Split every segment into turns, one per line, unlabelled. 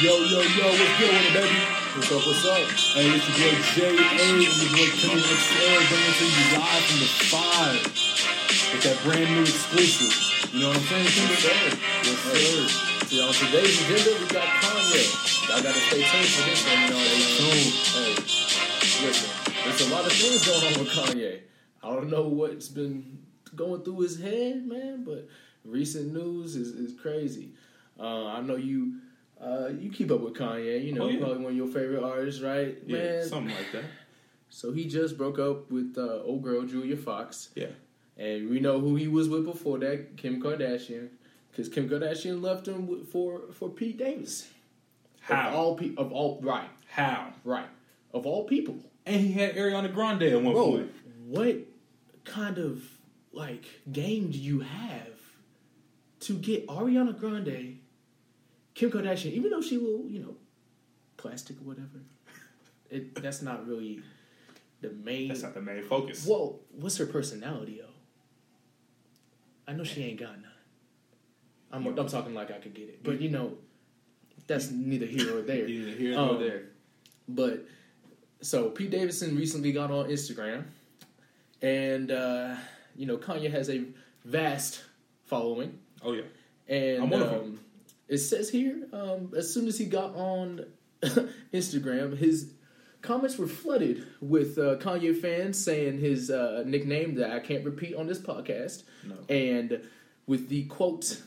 Yo, yo, yo, what's good with it, baby? What's up, what's up? Hey, it's your boy J.A. and your boy Kenny Xair bringing to you live from the fire with that brand new exclusive. You know what I'm saying, Kenny?
Yes,
Yes,
sir.
sir.
See, on today's agenda, we got Kanye. Y'all gotta stay tuned for this one, you know. Hey, listen, there's a lot of things going on with Kanye. I don't know what's been going through his head, man, but recent news is, is crazy. Uh, I know you uh, you keep up with Kanye, you know,
Oh, yeah.
probably one of your favorite artists, right?
Yeah,
man.
something like that.
So he just broke up with uh, old girl Julia Fox.
Yeah.
And we know who he was with before that, Kim Kardashian, because Kim Kardashian left him with, for for Pete Davis. Of
How?
all pe- of all right,
How?
right. Of all people,
And he had Ariana Grande at one
bro,
point.
what kind of like game do you have to get Ariana Grande, Kim Kardashian, even though she will, you know, plastic or whatever. It that's not really the main.
That's not the main focus.
Whoa, what's her personality though? I know she ain't got none. I'm, I'm talking like I could get it, but you know, that's neither here or there.
Neither here
Um,
nor there.
But so Pete Davidson recently got on Instagram, and uh, you know Kanye has a vast following,
Oh yeah.
and
I'm one of
um, it says here um, as soon as he got on Instagram, his comments were flooded with uh, Kanye fans saying his uh, nickname that I can't repeat on this podcast,
No.
and with the quote,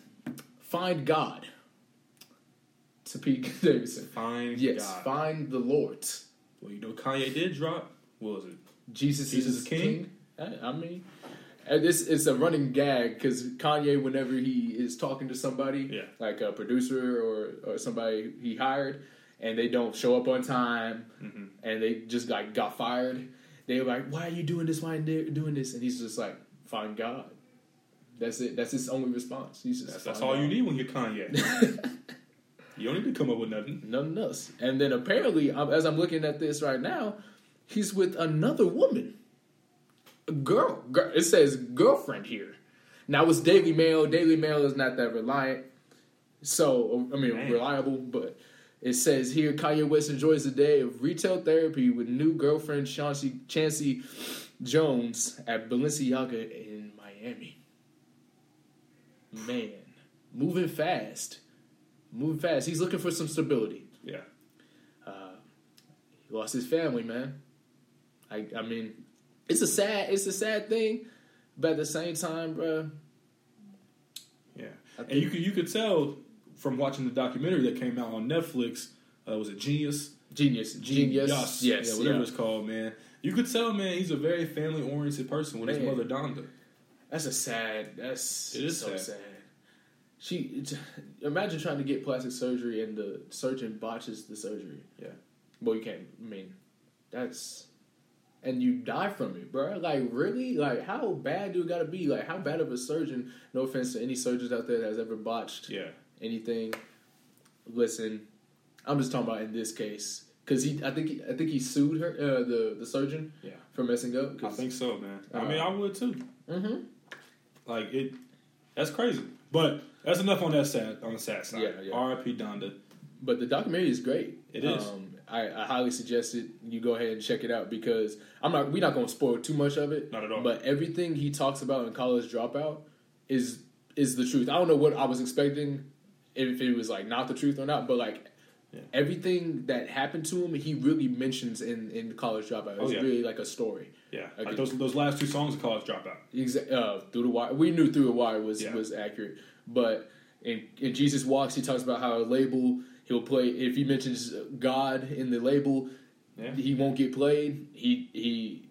"Find God." To Pete Davidson,
Fine.
yes,
God.
find the Lord.
Well, you know, Kanye did drop. What was it?
Jesus,
Jesus
is
is king?
king. I, I mean, and this it's a running gag because Kanye, whenever he is talking to somebody,
Yeah.
like a producer or, or somebody he hired, and they don't show up on time,
Mm-hmm.
and they just like got fired, they were like, "Why are you doing this? Why are you doing this?" And he's just like, "Find God." That's it. That's his only response. He's just
That's, that's
"Find
all you
God."
need when you're Kanye. you don't need to come up with nothing.
Nothing else. And then apparently, um, as I'm looking at this right now, he's with another woman. A girl. girl. It says girlfriend here. Now it's Daily Mail. Daily Mail is not that reliant. So, I mean,
Man.
reliable, but it says here Kanye West enjoys a day of retail therapy with new girlfriend Chauncey, Chancey Jones at Balenciaga in Miami. Man, moving fast. Moving fast. He's looking for some stability.
Yeah.
He lost his family, man. I I mean, it's a sad it's a sad thing, but at the same time, bruh,
Yeah. And you could you could tell from watching the documentary that came out on Netflix. Uh, was it Genius?
genius, genius, yes,
yeah, whatever
yeah.
it's called, man. You could tell, man, he's a very family oriented person with his
Man.
mother Donda.
That's a sad. That's
It is
so sad.
sad.
She it's- imagine trying to get plastic surgery and the surgeon botches the surgery.
Yeah.
Well, you can't. I mean, that's and you die from it, bruh. Like really, like how bad do it gotta be? Like how bad of a surgeon? No offense to any surgeons out there that has ever botched
Yeah.
anything. Listen, I'm just talking about in this case because he, I think, he, I think he sued her, uh, the the surgeon,
Yeah.
for messing up.
I
'cause-
think so, man.
Uh,
I mean, I would too.
Mhm.
Like it, that's crazy. But that's enough on that sad on the sad side.
Yeah, yeah.
R.I.P. Donda.
But the documentary is great.
It is.
Um, I, I highly suggest it. You go ahead and check it out because I'm not. We're not going to spoil too much of it.
Not at all.
But everything he talks about in College Dropout is is the truth. I don't know what I was expecting if it was like not the truth or not, but like.
Yeah.
Everything that happened to him, he really mentions in in College Dropout. It's
Oh, yeah.
really like a story.
Yeah,
Okay.
like those those last two songs of College Dropout.
Exa- uh, through the wire. We knew through the wire was
Yeah.
was accurate, but in, in Jesus walks, he talks about how a label he'll play if he mentions God in the label,
Yeah.
he won't get played. He he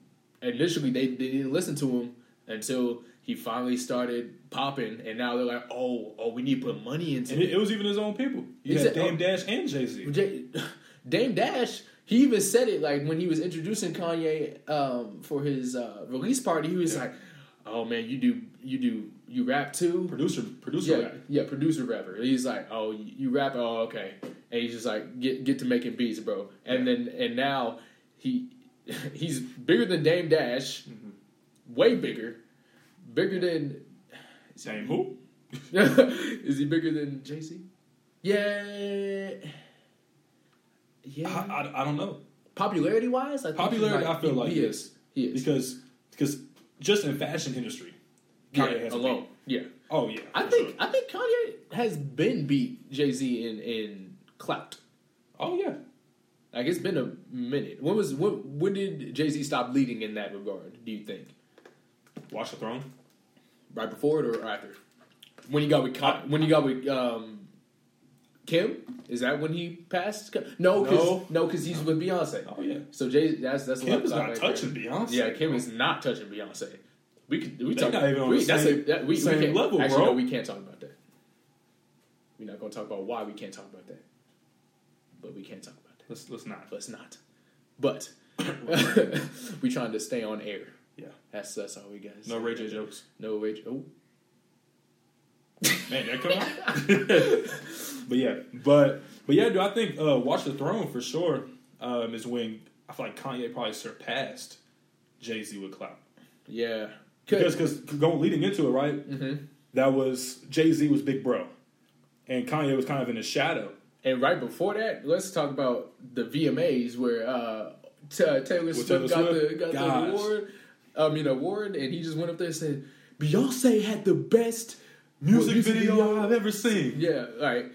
initially they, they didn't listen to him until he finally started popping, and now they're like, oh oh, we need to put money into
And it, it was even his own people. You
Is
had
it-
Dame
oh.
Dash and Jay Z.
J- Dame Dash, he even said it like when he was introducing Kanye um, for his uh, release party. He was
Yeah.
like, "Oh man, you do you do you rap too?
Producer, producer.
yeah,
rap.
yeah, producer rapper." He's like, "Oh, you you rap? Oh, okay." And he's just like, "Get get to making beats, bro." And then and now he he's bigger than Dame Dash,
Mm-hmm.
way bigger, bigger than
Same who?
is he bigger than Jay Z? Yeah. Yeah.
I, I, I don't know
popularity wise, I think he
Popularity,
might-
I feel
he-
like
he
it.
is. He is.
because because just in fashion industry, Kanye
yeah,
has
alone. Yeah.
beat. Oh yeah,
I
for
think
sure.
I think Kanye has been beat Jay Z in in clout.
Oh yeah,
Like it's been a minute. When was when when did Jay Z stop leading in that regard? Do you think
Watch the Throne.
right before it or after? When he got with Con- when he got with um, Kim, is that when he passed? Kim? No, cause,
No.
no, because he's with Beyonce.
Oh yeah,
So Jay, that's that's a lot
Kim
of
is
clout
not
right there.
touching Beyonce.
Yeah, Kim is not touching Beyonce. We could we
They're
talk.
not even on
we,
the
that's
same-
a, that, we,
same
we can't,
level,
actually,
bro.
No, we can't talk about that. We're not going to talk about why we can't talk about that, but we can't talk about that.
Let's let's not.
Let's not. But we trying to stay on air.
Yeah.
That's that's all we got.
No Ray J jokes.
No rage. Oh,
Man, that come out. but yeah, but but yeah, dude. I think uh, Watch the Throne for sure um, is when I feel like Kanye probably surpassed Jay Z with clout
yeah.
because because going leading into it right,
Mhm.
that was Jay Z was Big Bro, and Kanye was kind of in the shadow.
And right before that, let's talk about the VMAs where uh, T- Taylor, Swift
Taylor
got
Swift?
the got
Gosh.
the award. I mean award, and he just went up there and said, "Beyonce had the best
Music, video, I've ever seen.
Yeah, all right.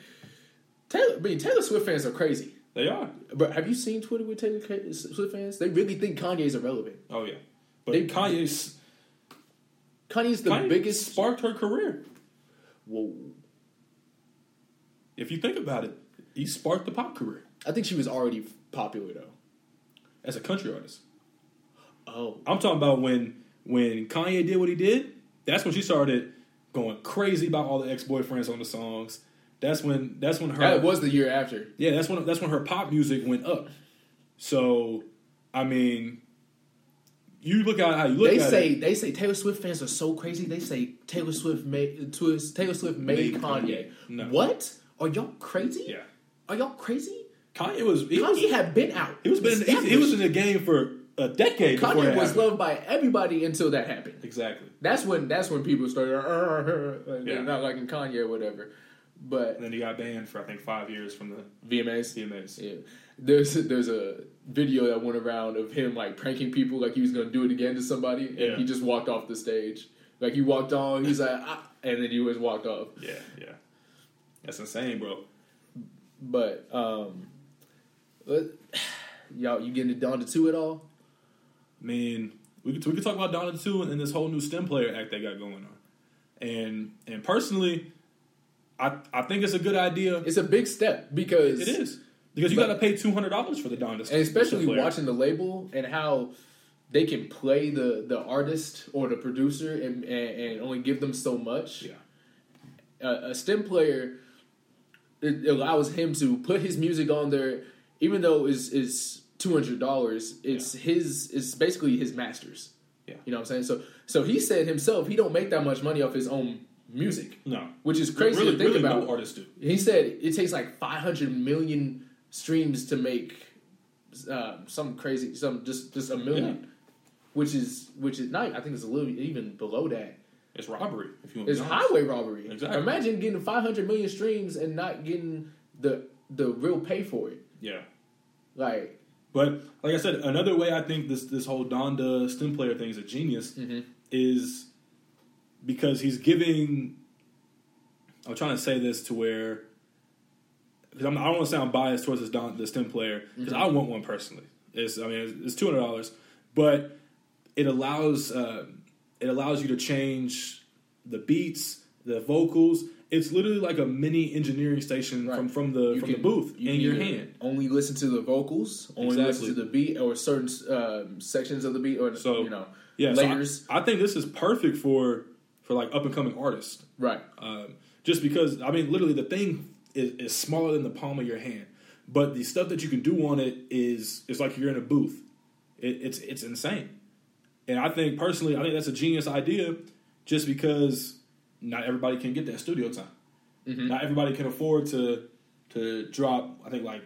Taylor, I mean Taylor Swift fans are crazy.
They are.
But have you seen Twitter with Taylor K- Swift fans? They really think Kanye's irrelevant.
Oh yeah, but
They-
Kanye's
Kanye's the
Kanye
biggest.
sparked her career.
Whoa.
If you think about it, he sparked the pop career
I think she was already popular though.
as a country artist.
Oh,
I'm talking about when when Kanye did what he did. That's when she started going crazy about all the ex boyfriends on the songs. That's when that's when her
that was the year after.
yeah that's when that's when her pop music went up. So, I mean, you look at how you look
they
at
say
it.
they say Taylor Swift fans are so crazy. They say Taylor Swift made Twist- Taylor Swift made,
Made
Kanye.
Kanye. No.
What are y'all crazy?
Yeah,
Are y'all crazy?
Kanye was he was,
Kanye had been out.
he was been he, he was in the game for a decade. before
Kanye
that
was
happened.
loved by everybody until that happened.
exactly.
That's when that's when people started "Uh, uh, uh," like,
Yeah.
not liking Kanye or whatever. But
And then he got banned for I think five years from the
VMAs,
CMAs.
Yeah. There's there's a video that went around of him like pranking people like he was gonna do it again to somebody and
Yeah.
he just walked off the stage. Like he walked on, he's like ah, and then he was walked off.
Yeah, yeah. That's insane, bro.
But um let- y'all you getting it down to two at all?
I mean, we could we could talk about Donna too and this whole new STEM player act they got going on. And and personally, I I think it's a good idea.
It's a big step because
It is. Because you
But-
got to pay two hundred dollars for the Donna,
and especially watching the label and how they can play the the artist or the producer and, and, and only give them so much.
Yeah,
a, a stem player it allows him to put his music on there even though it's, it's $200 it's his it's basically his masters
Yeah.
you know what i'm saying so so he said himself he don't make that much money off his own music
no,
which is crazy
Mm. Really,
to think
really,
about
no artists do.
he said it takes like 500 million streams to make uh, some crazy some just just a million which is which is not i think it's a little even below that
It's robbery. If you want
it's
to be honest.
highway robbery.
Exactly.
Imagine getting 500 million streams and not getting the the real pay for it.
Yeah.
Like,
But like I said, another way I think this this whole Donda stem player thing is a genius
Mm-hmm.
is because he's giving. I'm trying to say this to where because I don't want to sound biased towards this Don, this stem player
Mm-hmm.
because I want one personally. It's I mean it's, it's two hundred dollars, but it allows uh, it allows you to change the beats, the vocals. It's literally like a mini engineering station from
Right.
from the
you
Uh, from the
can-
booth
you
in
can
your
either
hand.
Only listen to the vocals. Only listen
Exactly.
to the beat or certain um, sections of the beat or
So,
you know
yeah, so I-
layers.
I, think this is perfect for for like up and coming artists,
right.
um, just because I mean, literally, the thing is, is smaller than the palm of your hand, but the stuff that you can do on it is is like you're in a booth. It, it's it's insane, and I think personally, I think that's a genius idea, just because not everybody can get that studio time. Not everybody can afford to to drop. I think like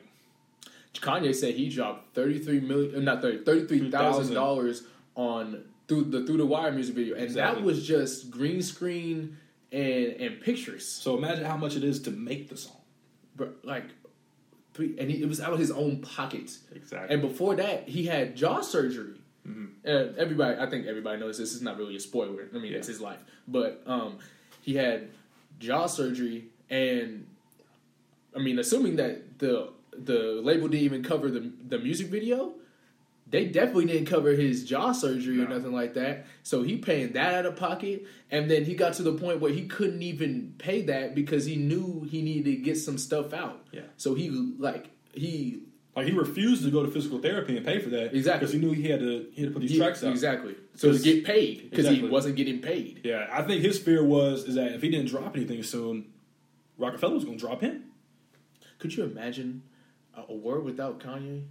Kanye said he dropped 33 million, uh, not 30, 33,000 dollars on through the through the wire music video, and
Exactly.
that was just green screen and and pictures.
so. Imagine how much it is to make the song.
Bro, like th- pre- and he, it was out of his own pockets.
Exactly. Mm-hmm.
And before that, he had jaw surgery. And everybody, I think everybody knows this. It's not really a spoiler. I mean, it's
Yeah.
his life. But um, he had jaw surgery, and I mean, assuming that the the label didn't even cover the the music video, they definitely didn't cover his jaw surgery or
No.
nothing like that. So he paying that out of pocket, and then he got to the point where he couldn't even pay that because he knew he needed to get some stuff out.
Yeah.
So he like he
Like he refused to go to physical therapy and pay for that
Exactly.
because he knew he had to he had to put these
Yeah,
tracks out.
Exactly. So to
'Cause-
get paid because
Exactly.
he wasn't getting paid.
Yeah, I think his fear was is that if he didn't drop anything soon, Rockefeller was going to drop him.
Could you imagine a, a world without Kanye?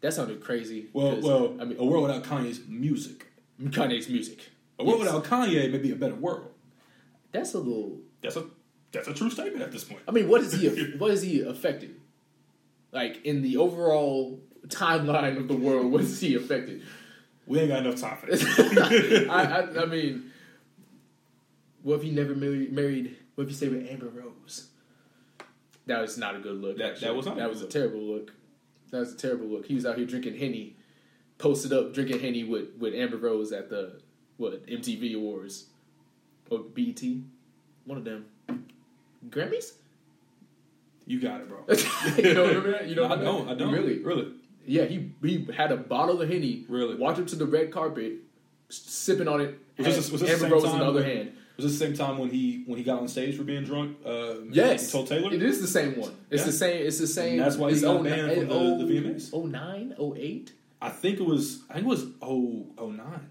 That sounded crazy.
Well,
'cause,
well,
I mean,
a world without Kanye's music,
Kanye's music.
a world
Yes.
without Kanye may be a better world.
That's a little.
That's a that's a true statement at this point.
I mean, what is he? what is he affected? Like in the overall timeline of the world, what is he affected?
We ain't got enough time for this.
I, I, I mean, what if he never married? married what if he stayed with Amber Rose? That was not a good look.
That-
actually.
that was not a
that
good
was a
look.
terrible look. That was a terrible look. He was out here drinking henny, posted up drinking henny with with Amber Rose at the what MTV Awards or BT, one of them Grammys.
you got it, bro.
you don't remember that? You don't
I
remember
don't.
that?
I don't.
Really,
really.
yeah, he he had a bottle of henny.
Really?
walked up to the red carpet, s- sipping on it.
Was this,
had
was this the
Amber
same
Rose
time
in the other
when-
hand.
Was this the same time when he when he got on stage for being drunk? Uh,
Yes,
and told Taylor.
It is the same one. It's
Yeah.
the same. It's the same.
And that's why he
it's
got
oh-
banned from the-
oh-
the VMAs.
Oh nine, oh eight.
I think it was. I think it was oh oh nine.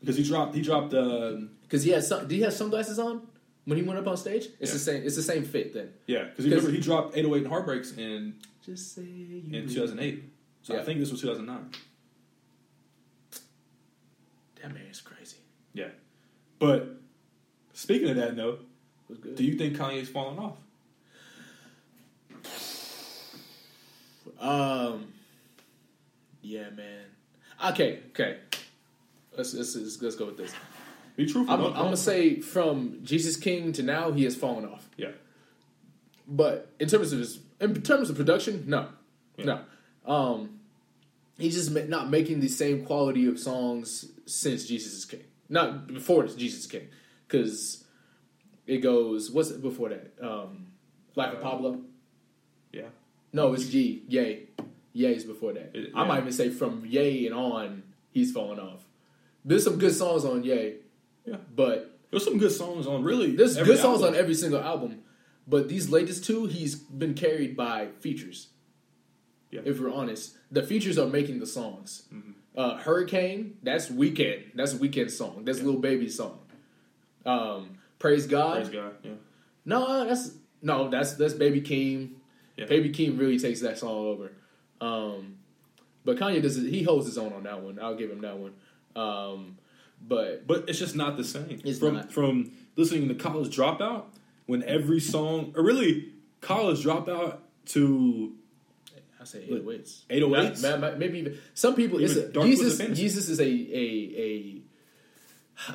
Because he dropped he dropped uh,
Because he had some. Did he have sunglasses on when he went up on stage? It's
Yeah.
the same. It's the same fit then.
yeah because he
'Cause-
remember he dropped eight oh eight and heartbreaks in
Just say you.
in two thousand eight. So I
Mm-hmm. Yeah.
think this was two thousand nine.
That man is crazy.
Yeah. But speaking of that though,
It was good.
do you think Kanye's falling off?
um. Yeah, man. Okay, okay. Let's let's let's, let's go with this.
Be truthful.
I'm,
don't-
I'm gonna say from Jesus King to now he has fallen off.
yeah.
But in terms of his, in terms of production, no,
Yeah.
no. Um, he's just ma- not making the same quality of songs since Jesus is King. Not before Jesus is King, because it goes what's it before that? Um, Life of
Uh,
Pablo.
Yeah.
No, it's G. Yay, Yay is before that.
It-
I might
yeah.
even say from Yay and on, he's falling off. There's some good songs on Yay,
Yeah.
but
There's some good songs on really.
There's
every
good songs
album.
on every single album, but these latest two, he's been carried by features.
Yeah. Mm-hmm.
If we're honest, the features are making the songs. Uh, Hurricane, that's Weekend. That's Weekend song. That's Lil Baby's song. Um, Praise God.
Praise God. Yeah.
No, uh, that's no, that's that's Baby Keem.
Yeah.
Baby Keem really takes that song over. Um, but Kanye does. He holds his own on that one. I'll give him that one. Um, but
But it's just not the same.
It's
from
not.
from listening to College Dropout when every song or really College Dropout to
I say 808s.
808s?
Ma- ma- Maybe even some people.
Even
it's a,
Dark Woods of
Jesus.
Fantasy.
Jesus is a a a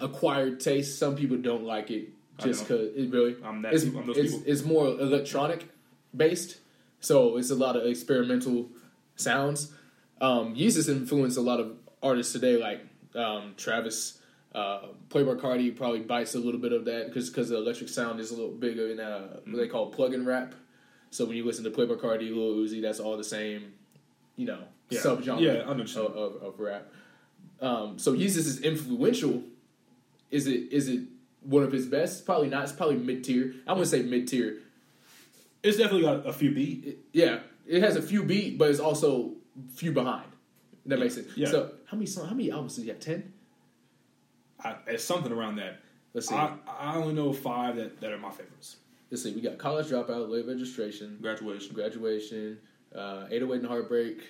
acquired taste. Some people don't like it
I
just
know.
because it really.
I'm that
it's,
people- I'm those
it's,
people.
it's more electronic based, so it's a lot of experimental sounds. Um, Jesus influenced a lot of artists today, like um, Travis. Uh, Playboy Cardi probably bites a little bit of that because the electric sound is a little bigger in uh, what
Mm.
they call plug and rap. So when you listen to Playboy Cardi, Lil Uzi, that's all the same, you know,
Yeah.
subgenre
Yeah, I know what you
of, of, of rap. Um, so Jesus is influential. Is it is it one of his best? Probably not. It's probably mid tier. I wouldn't say mid tier.
it's definitely got a few beat.
Yeah, it has a few beat, but it's also few behind. That makes sense.
Yeah.
So how many song, how many albums did he have? Ten.
I, it's something around that.
Let's see.
I, I only know five that, that are my favorites.
Let's see. We got college dropout, late registration,
Graduation.
graduation, uh, 808 and heartbreak.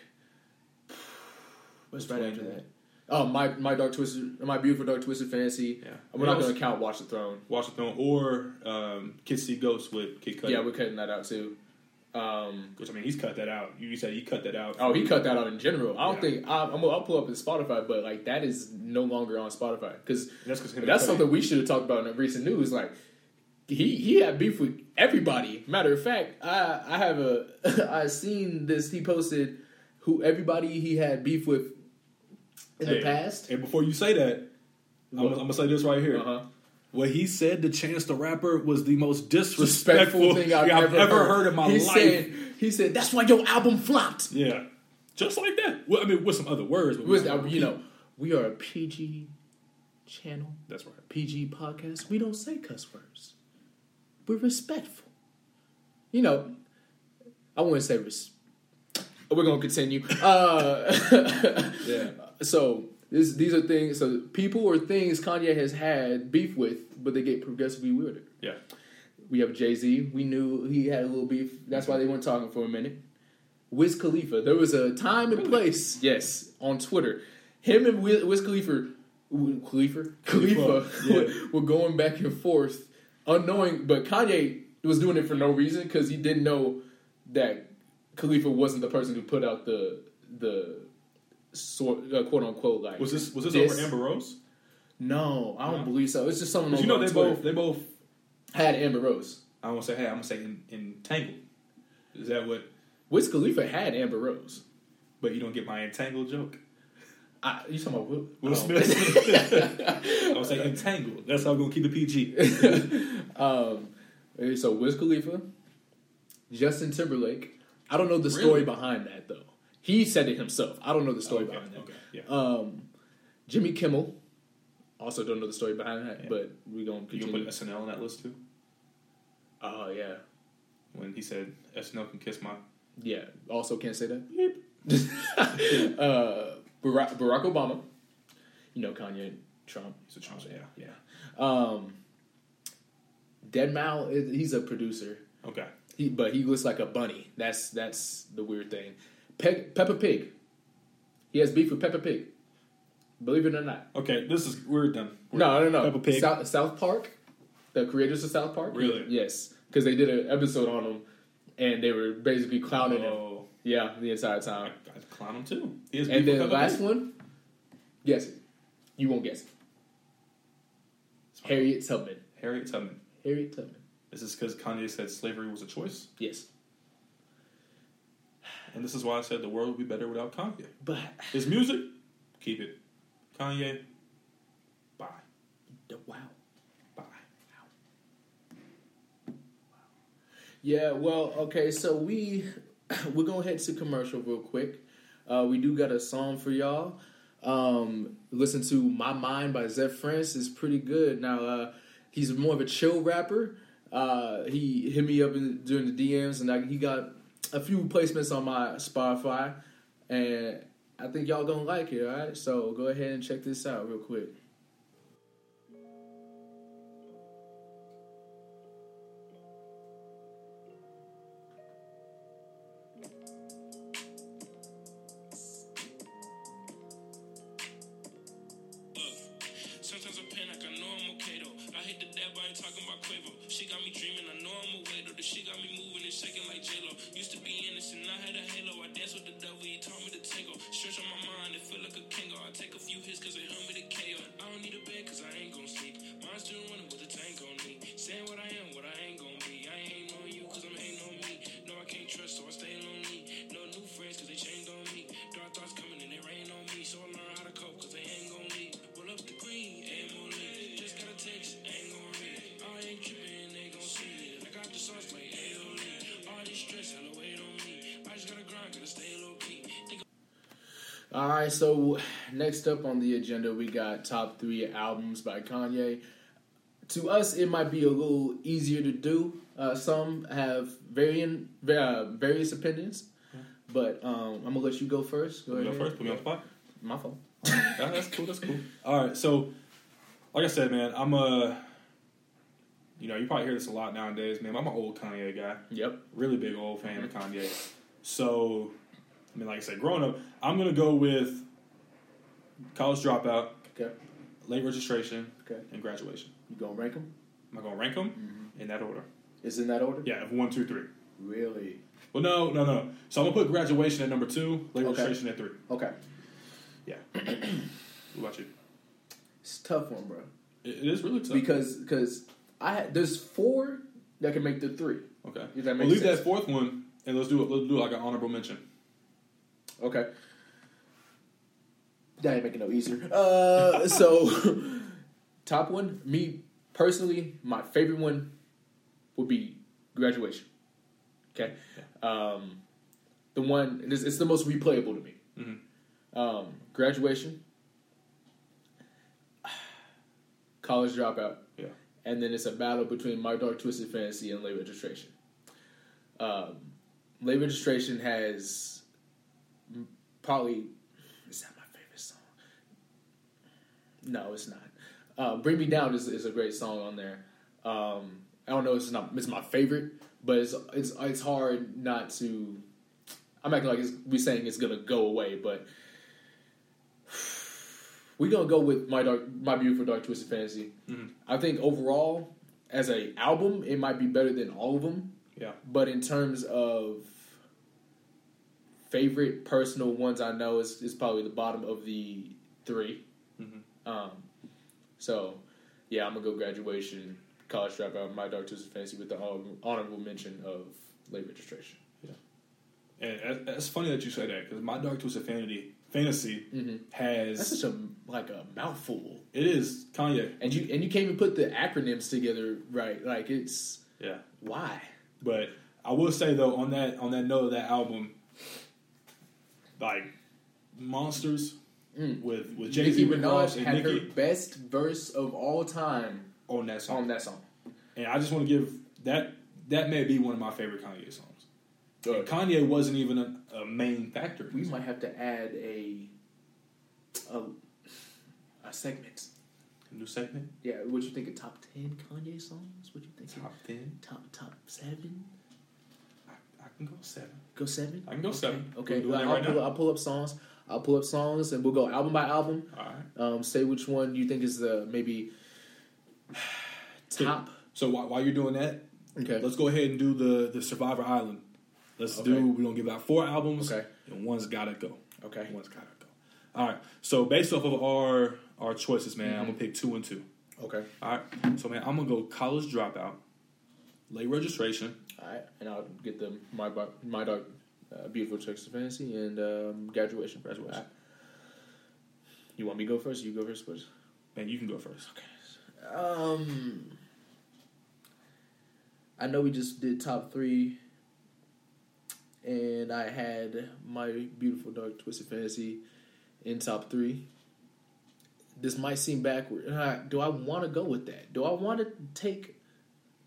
What's right after that? Oh, my my dark twisted, my beautiful dark twisted fantasy.
Yeah.
We're not going to count Watch the Throne.
Watch the Throne or um, Kids See Ghosts with Kid Cudi.
Yeah, we're cutting that out too. Um,
Which I mean, he's cut that out. You said he cut that out.
oh, he cut that out in general. I don't
Yeah.
think I, I'm. I'll pull up his Spotify, but like that is no longer on Spotify because
That's because him.
that's
and Cudi.
something we should have talked about in the recent news. Like he he had beef with everybody. Matter of fact, I I have a I seen this. He posted who everybody he had beef with in
Hey,
the past.
And before you say that, I'm, I'm gonna say this right here.
Uh-huh.
What he said to Chance the Rapper was the most disrespectful
Respectful
thing I've, ever, heard. in my
he
life.
Said, he said that's why your album flopped.
yeah, just like that. Well, I mean, with some other words, but
It was, uh, you know, we are a PG channel,
that's right.
PG podcast. We don't say cuss words. We're respectful. You know, I wouldn't say res. Oh, We're gonna continue. Uh,
Yeah,
so this, these are things. So people or things Kanye has had beef with, but they get progressively weirder.
yeah.
We have Jay Z. We knew he had a little beef. That's why they weren't talking for a minute. Wiz Khalifa. There was a time and place. Yes, on Twitter, him and Wiz, Wiz Khalifa, Wiz Khalifa, Khalifa,
yeah.
were going back and forth, unknowing. But Kanye was doing it for no reason because he didn't know that Khalifa wasn't the person who put out the the sort uh, quote unquote like
Was this was this,
This-
over Amber Rose?
no, I don't
No.
believe so. It's just someone
'Cause
over
you know
on
they
Twitter
both they both.
had Amber Rose.
I don't want to say hey. I'm gonna say en- entangled. Is that what?
Wiz Khalifa had Amber Rose.
But you don't get my entangled joke.
I, you talking about Will,
Will
oh.
Smith. I would say entangled. That's how I'm gonna keep it PG.
um, okay, so Wiz Khalifa, Justin Timberlake. I don't know the story
Really?
behind that though. He said it himself. I don't know the story
Okay,
behind that.
okay, yeah.
Um, Jimmy Kimmel. Also, don't know the story behind that,
Yeah.
but we're gonna
You gonna
continue.
put SNL on that list too?
Oh yeah,
When he said SNL can kiss my.
yeah. Also, can't say that.
Beep.
uh, Barack, Barack Obama. You know Kanye, Trump.
He's a Chaucer. Yeah, yeah.
Um, Dead Mal. He's a producer.
Okay.
He, but he looks like a bunny. That's that's the weird thing. Pe- Peppa Pig. He has beef with Peppa Pig. Believe it or not.
Okay. This is we're done. We're
No, no, no.
Peppa Pig.
South, South Park. The creators of South Park.
Really?
Yes, because they did an episode on him, and they were basically clowning him.
Oh,
Yeah, the entire
I,
time.
I'd clown him too. He is
And then
beef
the
with Peppa
last
Pig.
one. Guess it. You won't guess it. Harriet Tubman.
Harriet Tubman.
Harriet Tubman.
Is this because Kanye said slavery was a choice?
Yes.
And this is why I said the world would be better without Kanye.
But
His music, keep it. Kanye, bye,
wow.
bye.
Yeah, well, okay, so we we're gonna head to commercial real quick. Uh, we do got a song for y'all. Um, listen to "My Mind" by Zeb France is pretty good. Now uh, he's more of a chill rapper. Uh, he hit me up in, during the DMs, and I, he got a few placements on my Spotify, and I think y'all gonna like it. All right, so go ahead and check this out real quick.
Look, sometimes I panic, I know I'm okay though. I hit the dab, I ain't talking about Quavo. She got me dreaming, I know I'm away though. The shit got me moving and shaking like J-Lo. Used to be innocent, I had a halo. I danced with the devil, he taught me to tango. Stretch on my mind, it feel like a kango. I take a few hits cause it helped me to KO. I don't need a bed cause I ain't gon' sleep. Mine's still running with the tank on me. Saying what I am, what I ain't gon' be. I ain't on you cause I'm hating on me. No, I can't trust, so I stay lonely. No new friends cause they changed on me. Dark thoughts coming and they rain on me. So I learn how to cope cause they ain't gon' leave. Roll up the green, ain't gon' leave. Just got a text, ain't gon' read. I ain't tripping, they gon' see it. I got the sauce like AOE. All this stress, hella weight on me. I just gotta grind, gotta stay low key. Think
All right, so next up on the agenda, we got top three albums by Kanye. To us, it might be a little easier to do. Uh, some have varying, va- uh, various opinions, but um, I'm gonna let you go first. Go
You
ahead.
go first. Put me on the spot.
My fault.
Yeah, that's cool. That's cool. All right. So, like I said, man, I'm a. You know, you probably hear this a lot nowadays, man. but I'm an old Kanye guy.
Yep.
Really big old fan of
Mm-hmm.
Kanye. So, I mean, like I said, growing up, I'm gonna go with college dropout,
Okay.
late registration,
Okay.
and graduation.
You gonna rank them?
Am I gonna rank them
Mm-hmm.
in that order?
Is it in that order?
Yeah, of one, two, three.
Really?
Well, no, no, no. So I'm gonna put graduation at number two, late
Okay.
registration at three.
Okay.
Yeah. what about you?
It's a tough one, bro.
It, it is really tough.
Because because I had, there's four that can make the three.
Okay.
If that
we'll
makes
leave
sense.
that fourth one and let's do it. Let's do like an honorable mention.
Okay. That ain't making no easier. Uh, so top one, me personally, my favorite one would be graduation. Okay. Um, the one and it's, it's the most replayable to me. Um, graduation, college dropout,
Yeah.
and then it's a battle between My Dark Twisted Fantasy and Late Registration. Um, Late Registration has m- probably is that my favorite song? No, it's not. Uh, Bring Me Down is, is a great song on there. Um, I don't know. It's not. It's my favorite, but it's it's it's hard not to. I'm acting like it's, we saying it's gonna go away, but we're gonna go with my dark, my beautiful dark twisted fantasy. I think overall, as a album, it might be better than all of them.
Yeah.
But in terms of favorite personal ones, I know is is probably the bottom of the 3 Um, so yeah, I'm gonna go graduation, college dropout, my dark twisted fantasy with the hon- honorable mention of late registration.
And that- that's funny that you say that because my Dark Twisted Fantasy fantasy
Mm-hmm. That's
has
such a like a mouthful,
it is Kanye.
and you and you can't even put the acronyms together right. Like it's
Yeah.
why.
But I will say though, on that on that note of that album, like Monsters with with Jay Z
Mm. Nicki
and
Minaj had her
Nicki
best verse of all time
on that song.
on that song.
And I just want to give that that may be one of my favorite Kanye songs. And Kanye wasn't even a, a main factor.
We might have to add a a, a segment.
new segment
Yeah, what you think of top ten Kanye songs? What you think?
top ten.
Top top seven?
I, I can go seven.
Go seven.
I can go seven.
Okay,
We're doing that
I'll,
right
pull,
now.
I'll pull up songs. I'll pull up songs, and we'll go album by album.
All right.
Um, say which one you think is the maybe top.
So while, while you're doing that,
Okay.
let's go ahead and do the the Survivor Island. Let's
Okay.
do. We're gonna give out four albums,
Okay.
and one's gotta go.
Okay.
one's gotta go. All right. So based off of our our choices, man, I'm gonna pick two and two.
Okay.
All right. So man, I'm gonna go college dropout, late registration,
All right, and I'll get the my Bar- my dark uh, beautiful Texas fantasy and um, graduation.
Graduation.
All right. You want me to go first? You go first, please.
man, you can go first.
Um, I know we just did top three, and I had my beautiful dark twisted fantasy in top three. This might seem backward. And I- Do I want to go with that? Do I want to take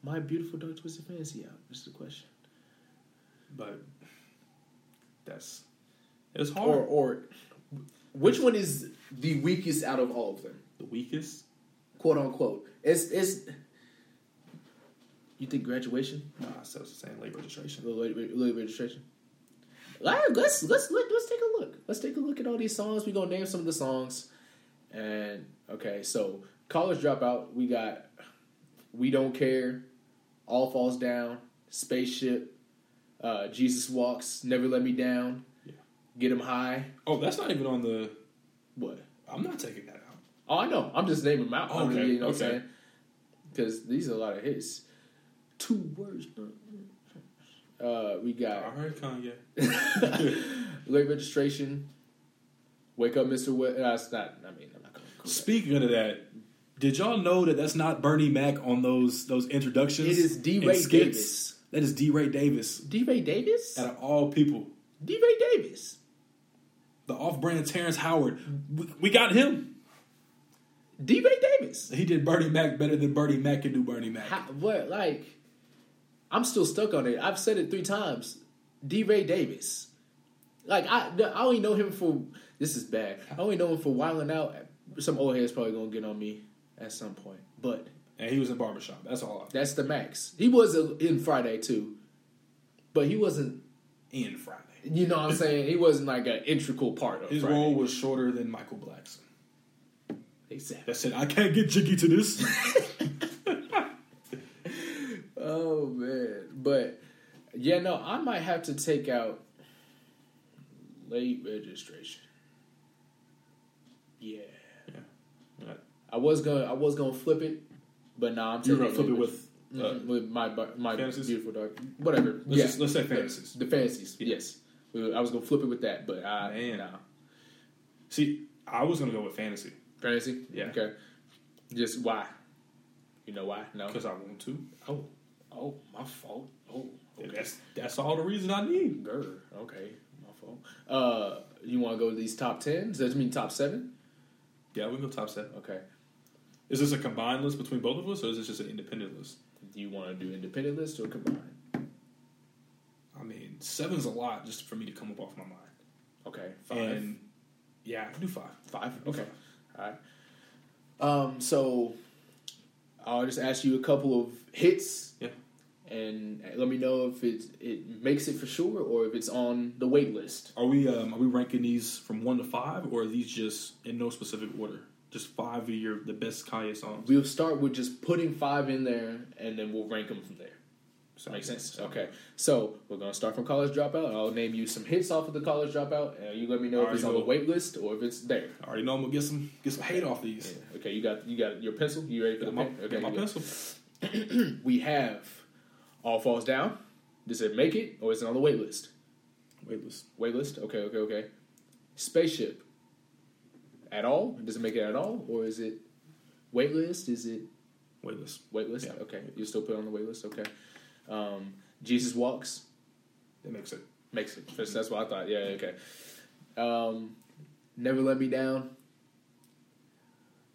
my beautiful dark twisted fantasy out? This is the question.
But that's it's hard.
or or which one is the weakest out of all of them,
the weakest.
quote unquote? It's it's. You think graduation,
Nah, so it's the same late registration.
early, early registration? Alright, Let's let's let, let's take a look. Let's take a look at all these songs. We are gonna name some of the songs, and okay, so college dropout. We got we don't care, all falls down, spaceship, uh, Jesus walks, never let me down,
Yeah.
get him high.
Oh, that's not even on the.
What?
I'm not taking that out.
Oh, I know. I'm just naming them out. I'm
Okay,
just- you know what I'm
okay.
saying? Because these are a lot of hits. Two words. Uh, we
All
got
right, Kanye. Uh.
late registration. Wake up, Mr. West. Uh, it's not. I mean, I'm not gonna. Call that.
Speaking of that, did y'all know that that's not Bernie Mac on those those introductions?
It is D.
and
Ray
skits?
Davis.
That is D. Ray Davis.
D. Ray Davis.
Out of all people,
D. Ray Davis.
the off-brand Terrence Howard, we, we got him.
D. Ray Davis.
He did Bernie Mac better than Bernie Mac can do Bernie Mac.
How, what? Like, I'm still stuck on it. I've said it three times. D. Ray Davis. Like I, I only know him for this is bad. I only know him for wilding out. Some old head's probably gonna get on me at some point, but
And he was in barbershop. That's all. I
that's the max. He was in Friday too, but he wasn't.
In Friday,
You know what I'm saying? He wasn't like an integral part of
his
Friday.
role was shorter than Michael Blackson.
Exactly.
That said, I can't get jiggy to this.
Oh man, but yeah, no, I might have to take out late registration. Yeah.
Right.
I was gonna I was gonna flip it, But nah, I'm
You
taking
were gonna flip it
Ravens.
with. Uh,
Mhm, with my bu- my
Fantasies?
beautiful dark whatever.
Let's
yeah,
just- let's say fantasies.
The, the fantasies.
Yeah.
Yes, We- I was gonna flip it with that, but I
Man.
nah.
See, I was gonna go with fantasy
fantasy.
Yeah.
Okay. Just why? You know why? No.
because I want to.
Oh, oh, my fault. Oh, okay.
That's that's all the reason I need.
Grr, okay, my fault. Uh, you want to go to these top tens? Does that mean top seven?
Yeah, we can go top set.
Okay.
Is this a combined list between both of us, or is this just an independent list?
Do you want to do independent list or combined?
I mean, seven's a lot just for me to come up off my mind.
Okay, five.
And yeah, I can do five.
Five.
do
Okay. All right. Um. So, I'll just ask you a couple of hits.
Yeah.
And let me know if it it makes it for sure or if it's on the wait list.
Are we um, are we ranking these from one to five, or are these just in no specific order? Just five of your the best Kanye songs.
We'll start with just putting five in there, and then we'll rank them from there.
So
Makes sense. Okay. So we're gonna start from college dropout. I'll name you some hits off of the college dropout, and you let me know if
Alright,
it's on the
cool.
wait list or if it's there.
I already know I'm gonna get some get some hate off these.
Okay. You got you got your pencil. You ready for the
Got my,
pen?
got my
you-
pencil.
We have all falls down. Does it make it or is it on the wait list?
Waitlist.
Wait list? Okay, okay, okay. Spaceship. At all? Does it make it at all? Or is it wait list? Is it
Waitlist.
wait list?
Yeah.
Okay. You still put it on the wait list? Okay. Um, Jesus Walks
That makes it.
makes it. That's that's what I thought. Yeah, okay. Um, Never Let Me Down.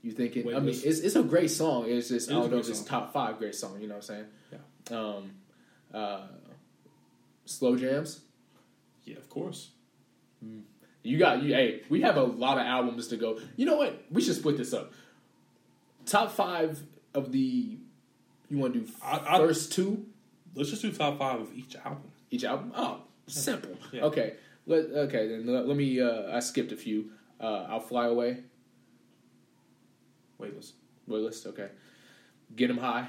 You thinking?
Wait
I mean,
list.
it's, it's a great song. It's just
It
I
is a
don't know
great
if it's
song.
top five great song. You know what I'm saying? Yeah. Um, uh, slow jams.
Yeah, of course.
You got you. Hey, we have a lot of albums to go. You know what? We should split this up. Top five of the. You want to do
I- I-
first two
Let's just do top five of each album.
each album? Oh, simple.
Yeah.
Okay. Let okay then. Let, let me. Uh, I skipped a few. Uh, I'll fly away.
Waitlist.
Waitlist. Okay. Get 'em high.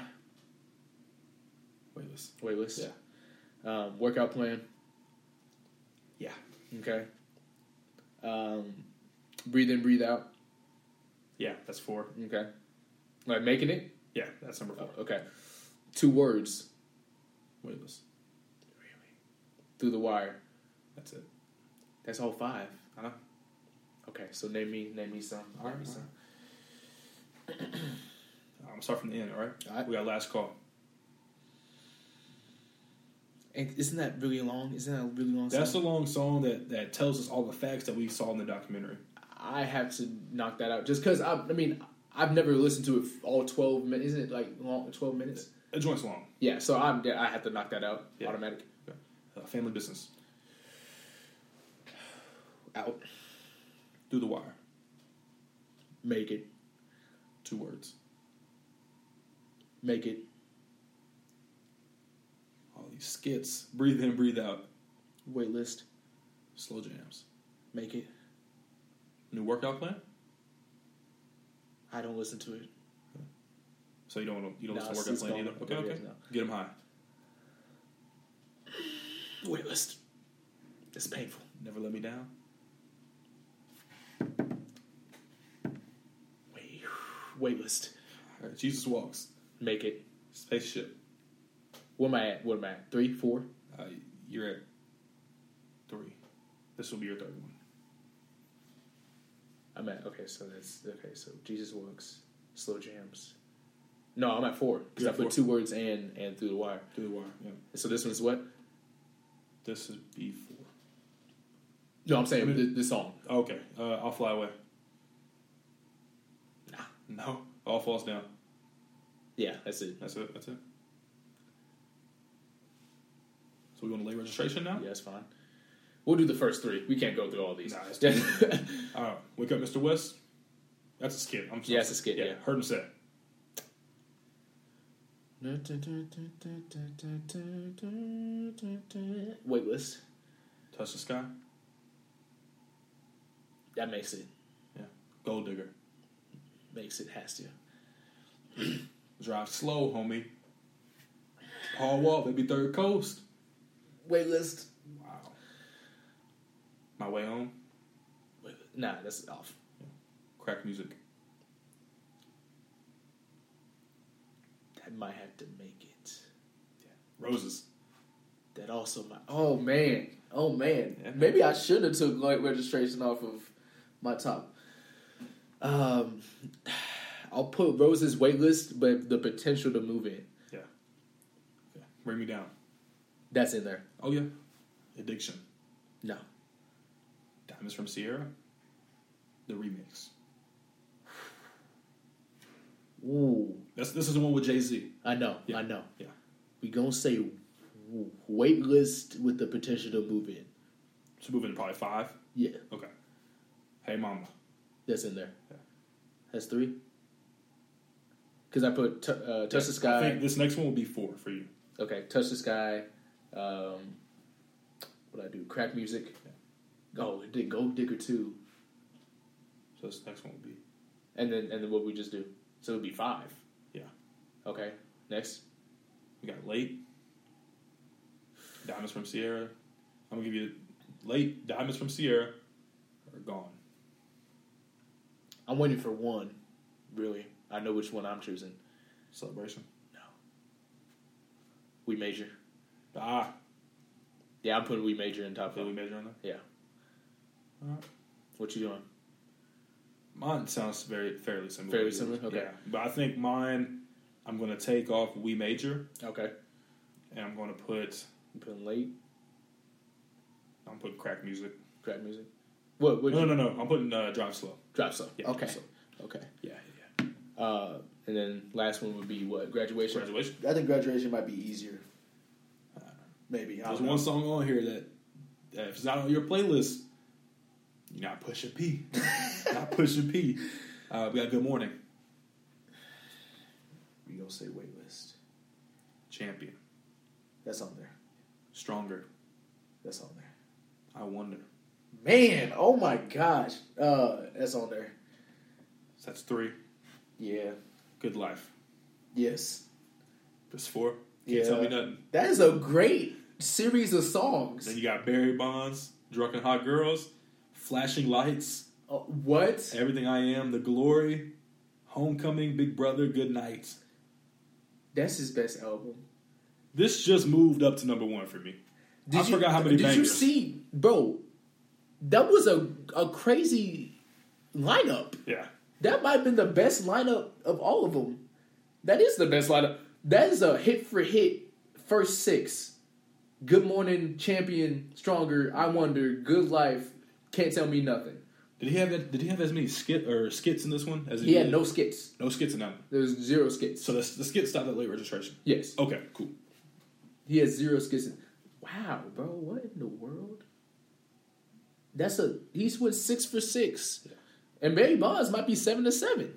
Waitlist.
Waitlist. Yeah. Um, workout plan.
Yeah.
Okay. Um, breathe in, breathe out.
Yeah, that's four.
Okay. Like making it.
Yeah, that's number four.
Oh, okay. Two words
Waitlist.
through the wire.
That's it.
That's all five.
I know.
Okay, so name me, name me some.
All right,
Name me some.
I'm gonna start from the end. All right.
All right.
We got last call.
And isn't that really long? Isn't that a really long?
That's a
song?
long song that, that tells us all the facts that we saw in the documentary.
I have to knock that out just because I, I mean I've never listened to it f- all twelve minutes. Isn't it like long twelve minutes?
A joint's long.
Yeah, so I'm yeah, I have to knock that out.
Yeah.
Automatic
Uh, family business.
out.
Through the wire.
Make it,
Two words.
make it.
All these skits. Breathe in, breathe out.
Wait list,
Slow jams.
make it.
New workout plan.
I don't listen to it.
So you don't wanna, you don't
No,
listen to
it's-
workout
it's
plan either.
gone.
Okay,
Yeah,
okay.
no.
Get them high.
Wait list. It's painful.
Never let me down.
Wait, wait list.
All right. Jesus walks.
Make it.
Spaceship.
Where am I at? Where am I at? Three, four.
Uh, you're at three. This will be your third one.
I'm at okay, so that's okay. So Jesus walks, slow jams. No, I'm at four because
You're
I
at
put
four.
two words and and through the wire.
Through the wire. Yeah.
So this one's what?
This is B four.
No, I'm saying
I mean-
th- this song.
Okay. Uh, I'll fly away.
Nah.
No. All falls down.
Yeah, that's it.
That's it. That's it. So we want to lay registration now.
Yeah, that's fine. We'll do the first three. We can't go through all these.
Nah, it's
yeah,
All right. Wake up, Mr. West. That's a skit. I'm sorry.
it's a skit. Yeah.
Heard him say. it.
Waitlist.
Touch the sky.
That makes it.
Gold digger.
Makes it. Has to.
Drive slow, homie. Paul Wall, baby, third coast.
Waitlist.
Wow. My way home.
Wait, nah, that's off.
Crack music.
I might have to make it.
Roses.
That also might. Oh man. Oh man.
Yeah.
Maybe I should have took Lloyd registration off of my top. Um, I'll put Rose's waitlist, but the potential to move in
Yeah. yeah. Bring me down.
that's in there.
Oh yeah. Addiction.
No.
Diamonds from Sierra. The remix.
Ooh.
That's this is the one with Jay Z.
I know.
Yeah.
I know.
Yeah.
We gonna say waitlist with the potential to move in.
Should move into probably five.
Yeah,
Okay. Hey mama.
that's in there.
Yeah.
That's three. Because I put t- uh, touch the sky.
I think this next one will be four for you.
Okay, touch the sky. Um, what I do? Crack music. Oh, it did Gold Digger too,
So this next one will be
and then and then what we just do? So it'd be five.
Yeah.
Okay. Next.
we got late. Diamonds from Sierra. I'm gonna give you late diamonds from Sierra are gone.
I'm waiting for one. Really, I know which one I'm choosing.
Celebration.
We major.
Ah,
Yeah, I'm putting we major in top
did we
five.
measure on that?
Yeah.
Alright.
What you doing?
Mine sounds very fairly similar.
Fairly
to
similar?
yours.
Okay.
Yeah. But I think mine, I'm gonna take off we major
Okay.
and I'm gonna put
I'm putting late
I'm putting crack music.
crack music. What? What?
No,
you
no, no. I'm putting uh, drive slow.
Drop some.
Yeah,
okay.
drop
Okay.
Yeah, yeah.
Uh, and then last one would be what? Graduation.
Graduation.
I think graduation might be easier. Uh, Maybe. I
There's
don't know.
one song on here that, that if it's not on your playlist, you're not push a P. not push a P. Uh, we got Good Morning,
We gonna say wait list.
Champion,
That's on there.
Stronger,
That's on there.
I Wonder.
Man, oh my gosh. Uh that's on there.
So that's three.
Yeah.
Good Life.
Yes.
That's four. Can't tell me nothing.
That is a great series of songs.
Then you got Barry Bonds, Drunken Hot Girls, Flashing Lights,
Uh, what?
Everything I Am, The Glory, Homecoming, Big Brother, Good Night.
That's his best album.
This just moved up to number one for me. I forgot how many
Did you
bangers.
see, bro? That was a a crazy lineup.
Yeah.
That might have been the best lineup of all of them. That is the best lineup. That is a hit for hit first six. Good morning, champion, stronger. I wonder, good life. Can't tell me nothing.
Did he have that, did he have as many skit or skits in this one as
He had
did-
no skits.
no skits in that one?
There was zero skits.
So the, the skit stopped at late registration.
yes,
Okay, cool.
he has zero skits. Wow, bro, what in the world? That's a he's with six for six, and Barry Bonds might be seven to seven.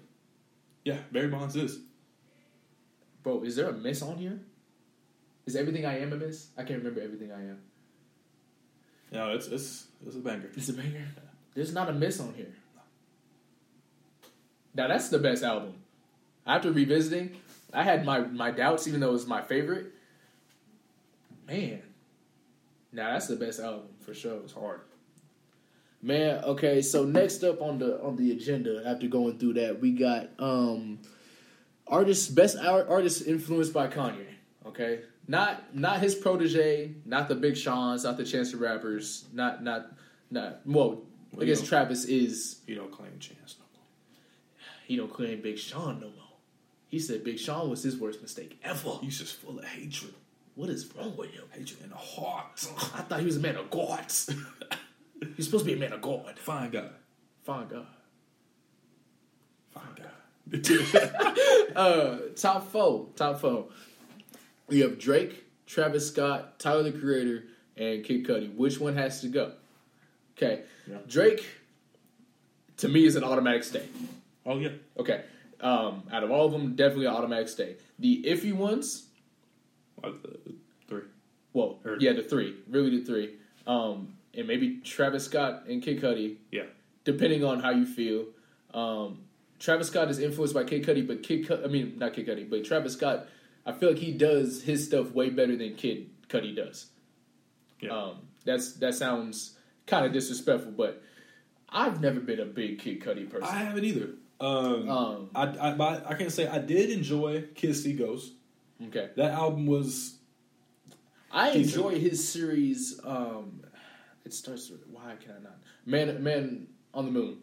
Yeah, Barry Bonds is.
Bro, is there a miss on here? Is everything I am a miss? I can't remember everything I am.
No, it's it's it's a banger.
It's a banger. There's not a miss on here. Now that's the best album. After revisiting, I had my, my doubts, even though it was my favorite. Man, now that's the best album for sure.
It's hard.
Man, okay, so next up on the on the agenda after going through that, we got um artists best ar- artists influenced by Kanye, okay? Not not his protege, not the Big Sean's, not the Chance the Rappers, not not not well, I
Well,
guess
no.
Travis is
You don't claim chance no more.
he don't claim Big Sean no more. He said Big Sean was his worst mistake ever.
He's just full of hatred,
What is wrong with him?
hatred in the heart.
I thought he was a man of God. He's supposed to be a man of God.
Fine guy,
Fine God.
fine guy.
Uh, top four, top four. We have Drake, Travis Scott, Tyler the Creator, and Kid Cudi. Which one has to go? Okay,
Yeah.
Drake to me is an automatic stay.
oh yeah,
Okay, um, out of all of them, definitely an automatic stay. The iffy ones,
Uh, three.
well,
Heard.
yeah, the three, really the three, um, and maybe Travis Scott and Kid Cudi,
Yeah,
depending on how you feel. Um, Travis Scott is influenced by Kid Cudi, but Kid Cudi, I mean not Kid Cudi, but Travis Scott. I feel like he does his stuff way better than Kid Cudi does.
yeah.
Um, that's that sounds kind of disrespectful, but I've never been a big Kid Cudi person.
I haven't either. Um,
Um,
I I, but I can't say I did enjoy Kiss See Ghost.
Okay.
That album was
I
Decent.
enjoy his series. Um, it starts with why can I not man man on the moon.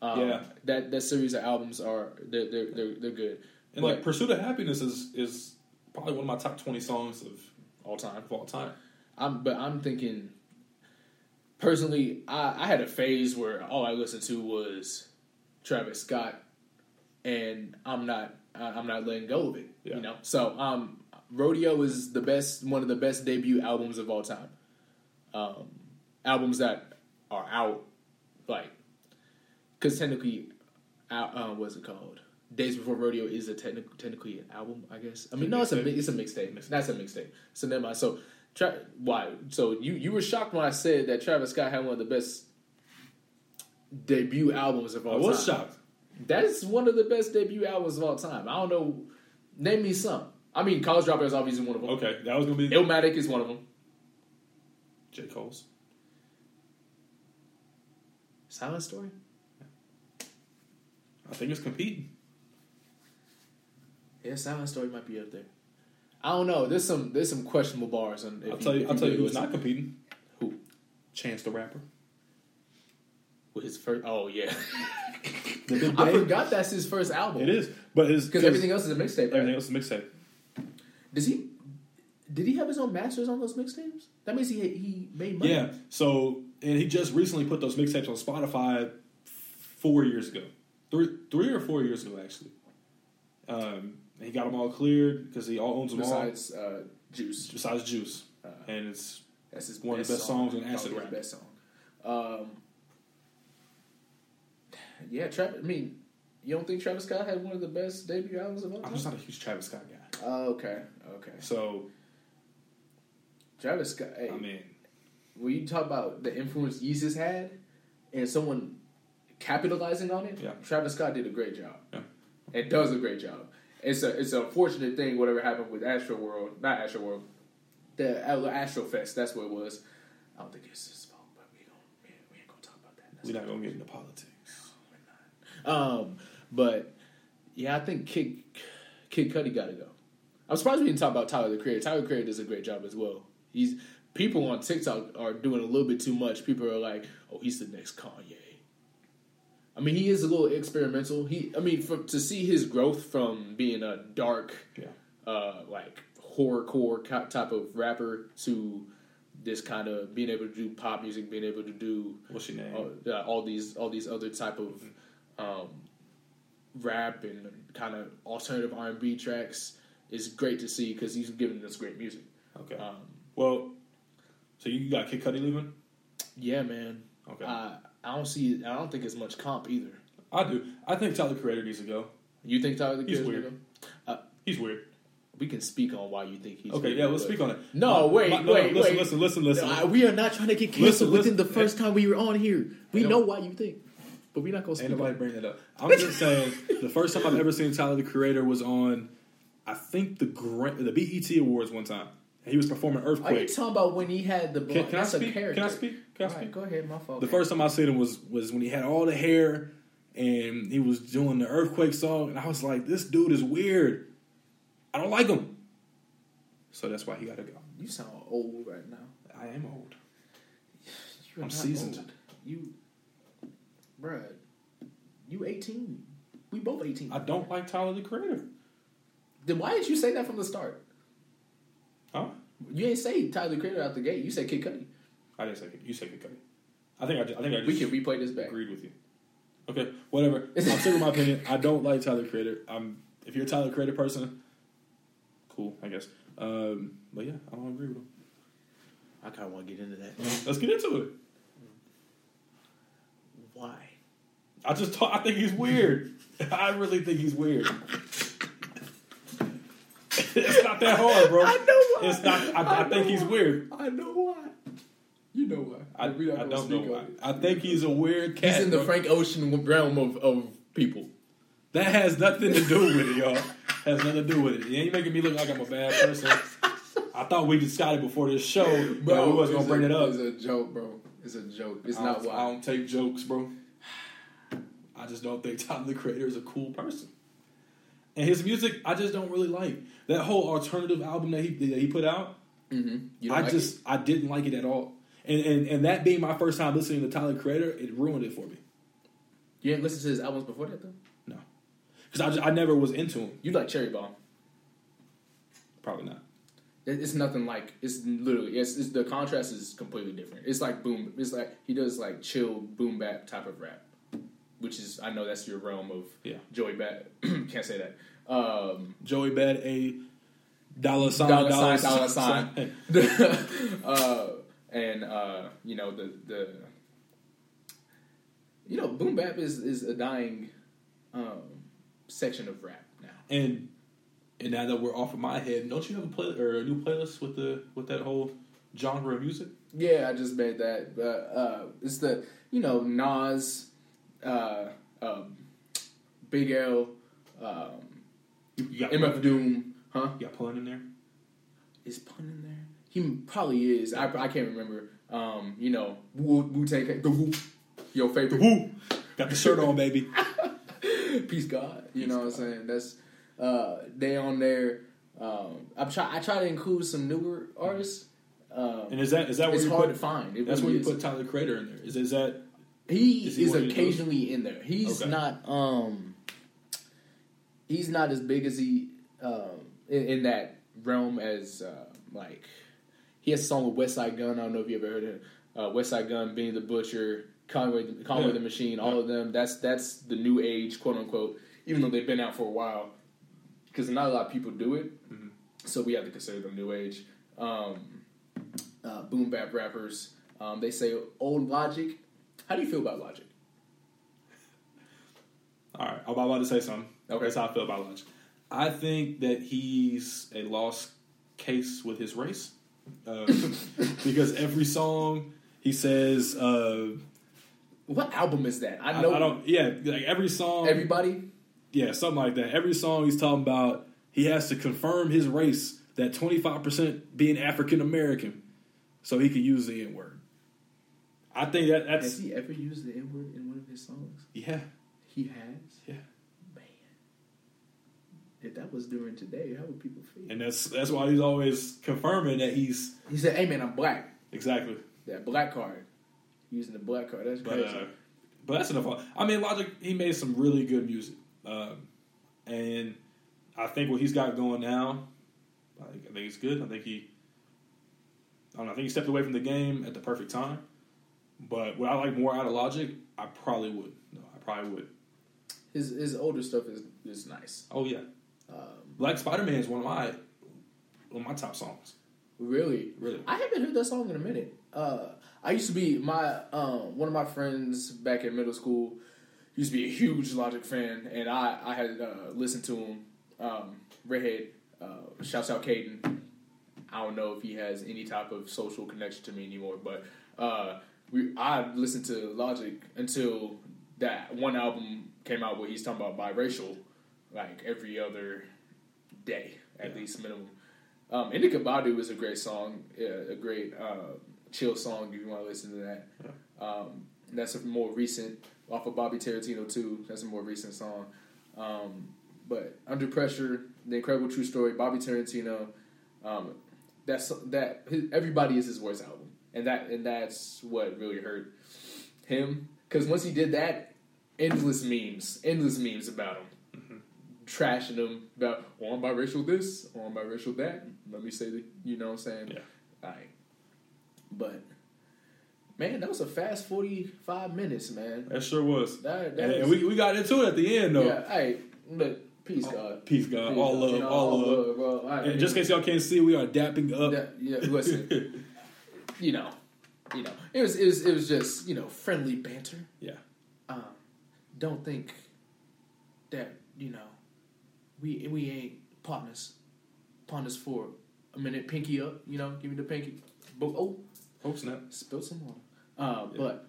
Um,
Yeah.
that that series of albums are they're they're they're, they're good. But-
and like Pursuit of Happiness is is probably one of my top twenty songs of all time of all time.
I'm but I'm thinking personally, I, I had a phase where all I listened to was Travis Scott, and I'm not I- I'm not letting go of it.
Yeah.
You know, so um, Rodeo is the best one of the best debut albums of all time. Um, albums that are out like because technically, out uh, what's it called? Days Before Rodeo is a technic- technically an album, I guess. I mean, no, it's a mi- it's a mixtape. That's a mixtape. So never mind. So tra- why? So you you were shocked when I said that Travis Scott had one of the best debut albums of all
I
time.
was shocked.
That's one of the best debut albums of all time. I don't know. Name me some. I mean, College Dropout is obviously one of them.
Okay, that was gonna be
Illmatic is one of them.
J Cole's.
Silent Story.
I think it's competing.
Yeah, Silent Story might be up there. I don't know. There's some there's some questionable bars. And
I'll tell you. I'll tell you who's
listen.
not competing.
Who?
Chance the Rapper.
With his first. Oh yeah,
The Big
I
Day.
forgot that's his first album.
It is, but his
because everything else is a mixtape.
everything
Right?
else is mixtape.
Does he? Did he have his own masters on those mixtapes? That means he he made money.
Yeah. So and he just recently put those mixtapes on Spotify four years ago, three three or four years ago actually. Um, he got them all cleared because he all owns them
Besides uh, Juice,
all besides Juice,
Uh,
and it's
that's his
One
best
of the best
song.
songs in
Probably
acid
his
rap.
Best song. Um, yeah, Travis. I mean, you don't think Travis Scott had one of the best debut albums of all
I'm just
time?
not a huge Travis Scott guy.
Oh, okay, okay.
So
Travis Scott. Hey,
I mean,
when you talk about the influence Yeezus had and someone capitalizing on it,
Yeah.
Travis Scott did a great job.
Yeah.
It does a great job. It's a it's a fortunate thing whatever happened with Astro World, not Astro World, the Astro Fest. That's what it was. I don't think it's his fault, but we don't we ain't- we ain't gonna talk about that. That's
we're not gonna get into politics.
um, but yeah, I think Kid Kid Cudi got to go. I'm surprised we didn't talk about Tyler the Creator. Tyler the Creator does a great job as well. He's people on TikTok are doing a little bit too much. People are like, "Oh, he's the next Kanye." I mean, he is a little experimental. He, I mean, for, to see his growth from being a dark,
Yeah.
uh, like horrorcore co- type of rapper to this kind of being able to do pop music, being able to do
What's your name?
all, Oh, yeah, all these all these other type of um, rap and kind of alternative R and B tracks is great to see because he's giving us great music.
okay.
Um,
well, so you got Kid Cudi leaving?
yeah, man.
Okay.
I I don't see. I don't think it's much comp either.
I do. I think Tyler the Creator needs to go.
You think Tyler the
He's
Creator's
weird.
gonna go?
He's weird.
We can speak on why you think he's
Okay,
weird,
yeah, let's
but-
speak on it.
No, wait, wait,
listen,
wait.
listen, listen, listen.
Uh, we are not trying to get
Listen,
canceled
listen.
within the first time we were on here. We
Ain't
know
no-
why you think, but we're not gonna speak.
Ain't
on
nobody
it.
bring that up. I'm just saying, the first time I've ever seen Tyler the Creator was on, I think the Gra- the BET Awards one time. He was performing
Are you
Earthquake.
talking about when he had the?
Can,
blonde-
can I
that's a
speak? Can I
character.
speak? Can I
All right,
speak?
go ahead, my fault.
The first time I seen him was was when he had all the hair and he was doing the Earthquake song, and I was like, this dude is weird. I don't like him. So that's why he got to go.
You sound old right now.
I am old.
You're
I'm
not
seasoned.
old. You, bruh, you 18. We both 18.
I don't like Tyler the Creator.
Then why didn't you say that from the start?
Huh?
You ain't say Tyler the Creator out the gate. You said Kid Cudi.
I didn't say it. You said Kid Cudi. I think I, ju- I think I just
We can replay this back.
agreed with you. Okay, whatever. I'm sticking with my opinion. I don't like Tyler the Creator. I'm if you're a Tyler the Creator person, cool, I guess. Um, but yeah, I don't agree with him.
I kind of want to get into that.
Let's get into it.
Why?
I just talk, I think he's weird. I really think he's weird. it's not that hard, bro.
I know why.
It's not. I, I,
I
think
know
he's
why.
weird.
I know why. You know why.
I, I
We not
don't
gonna
know.
speak
Why.
on it.
I think he's a weird cat.
He's in the
bro.
Frank Ocean realm of, of people.
That has nothing to do with it, y'all. Has nothing to do with it. You ain't making me look like I'm a bad person. I thought we decided before this show, but we wasn't gonna
it's
bring
a-
it up.
It's a joke, bro. It's a joke. It's
I
not
don't-
why.
I don't take jokes, bro. I just don't think Tyler the Creator is a cool person. And his music, I just don't really like that whole alternative album that he that he put out.
Mm-hmm. You don't
I
like
just I didn't like it at all. And, and and that being my first time listening to Tyler Creator, it ruined it for me.
it? you didn't listen to his albums before that though.
No, because I, just- I never was into him.
You like Cherry Bomb.
Probably not.
It- It's nothing like it's literally it's, it's the contrast is completely different. It's like boom. It's like he does like chill boom bap type of rap, which is I know that's your realm of
Yeah.
Joey Bat. can't say that. Um,
Joey Bad a dollar sign
dollar, sign dollar sign. uh, and uh, you know the the you know boom bap is is a dying um, section of rap now.
And and now that we're off of my head, don't you have a play or a new playlist with the with that whole genre of music?
Yeah, I just made that. But uh, it's the you know Nas, uh, um, Big L, um,
You, you got
MF Doom, huh?
you got pun in there.
Is pun in there? He probably is. I, I can't remember. Um, you know Wu Tang the Wu, your favorite
Woo! Got the shirt on, baby.
Peace God. You know what I'm saying? That's uh, they on there. Um, I'm try I try to include some newer artists. Um,
And is that is that where
it's
you
hard
put?
to find. It
That's where
really
you
is.
put Tyler Creator in there. Is is that
He is,
Is he one of those?
occasionally in there. He's
Okay.
not um he's not as big as he um in, in that realm as uh, like he has a song with West Side Gun. I don't know if you ever heard of him. Uh, West Side Gun, Benny the Butcher, Conway Conway
Yeah.
the Machine, all of them. That's that's the new age, quote unquote. Even though they've been out for a while, because not a lot of people do it. So we have to consider them new age. Um, uh, boom bap rappers. Um, they say old Logic. How do you feel about Logic?
All right, I'm about to say something.
Okay.
That's how I feel about lunch. I think that he's a lost case with his race uh, because every song he says, uh,
What album is that?
I,
I know
I don't, yeah, like every song,
everybody.
yeah, something like that. Every song he's talking about, he has to confirm his race that 25% being African American so he can use the N word. I think that
Has
that's,
he ever used the N word in one of his songs?
yeah,
He has.
yeah.
Man, if that was during today, how would people feel?
And that's, that's why he's always confirming that he's
He said, "Hey man, I'm black.
exactly.
That black card. Using the black card. That's
But
crazy."
uh, but that's enough. I mean, Logic he made some really good music, um, and I think what he's got going now, I think, I think it's good. I think he, I don't know. I think he stepped away from the game at the perfect time. But would I like more out of Logic? I probably would. No, I probably would.
his his older stuff is is nice.
Oh yeah,
Um,
Black Spider Man is one of my one of my top songs.
really,
Really.
I haven't heard that song in a minute. Uh, I used to be my um, one of my friends back in middle school used to be a huge Logic fan, and I I had uh, listened to him. Um, Redhead, uh, shouts out Caden. I don't know if he has any type of social connection to me anymore, but uh, we I listened to Logic until that one album came out where he's talking about biracial, like every other day at least minimum. Um, Indica Badu is a great song, uh, a great uh, chill song if you want to listen to that. Um, that's a more recent off of Bobby Tarantino too. That's a more recent song. Um, but Under Pressure, The Incredible True Story, Bobby Tarantino. Um, that's that. His, everybody is his worst album, and that and that's what really hurt him. Because once he did that, endless memes, endless memes about him trashing them about oh I'm biracial this, oh I'm biracial that. Let me say that you know what I'm saying.
Yeah.
Like, but man, that was a fast forty five minutes, man.
That sure was.
That, that
And, and
was,
we we got into it at the end though.
yeah. Hey, look, peace, God.
Oh, Peace God,
Peace,
all
God.
love,
You know,
all love.
bro. All right,
And just in case y'all can't see, we are dapping up.
yeah, yeah, listen, you know, you know, it was it was it was just you know friendly banter.
yeah.
um, don't think that you know we we ain't partners. Partners for a minute, pinky up. You know, give me the pinky. Bo- oh,
Hope snap.
spill some water. Uh, But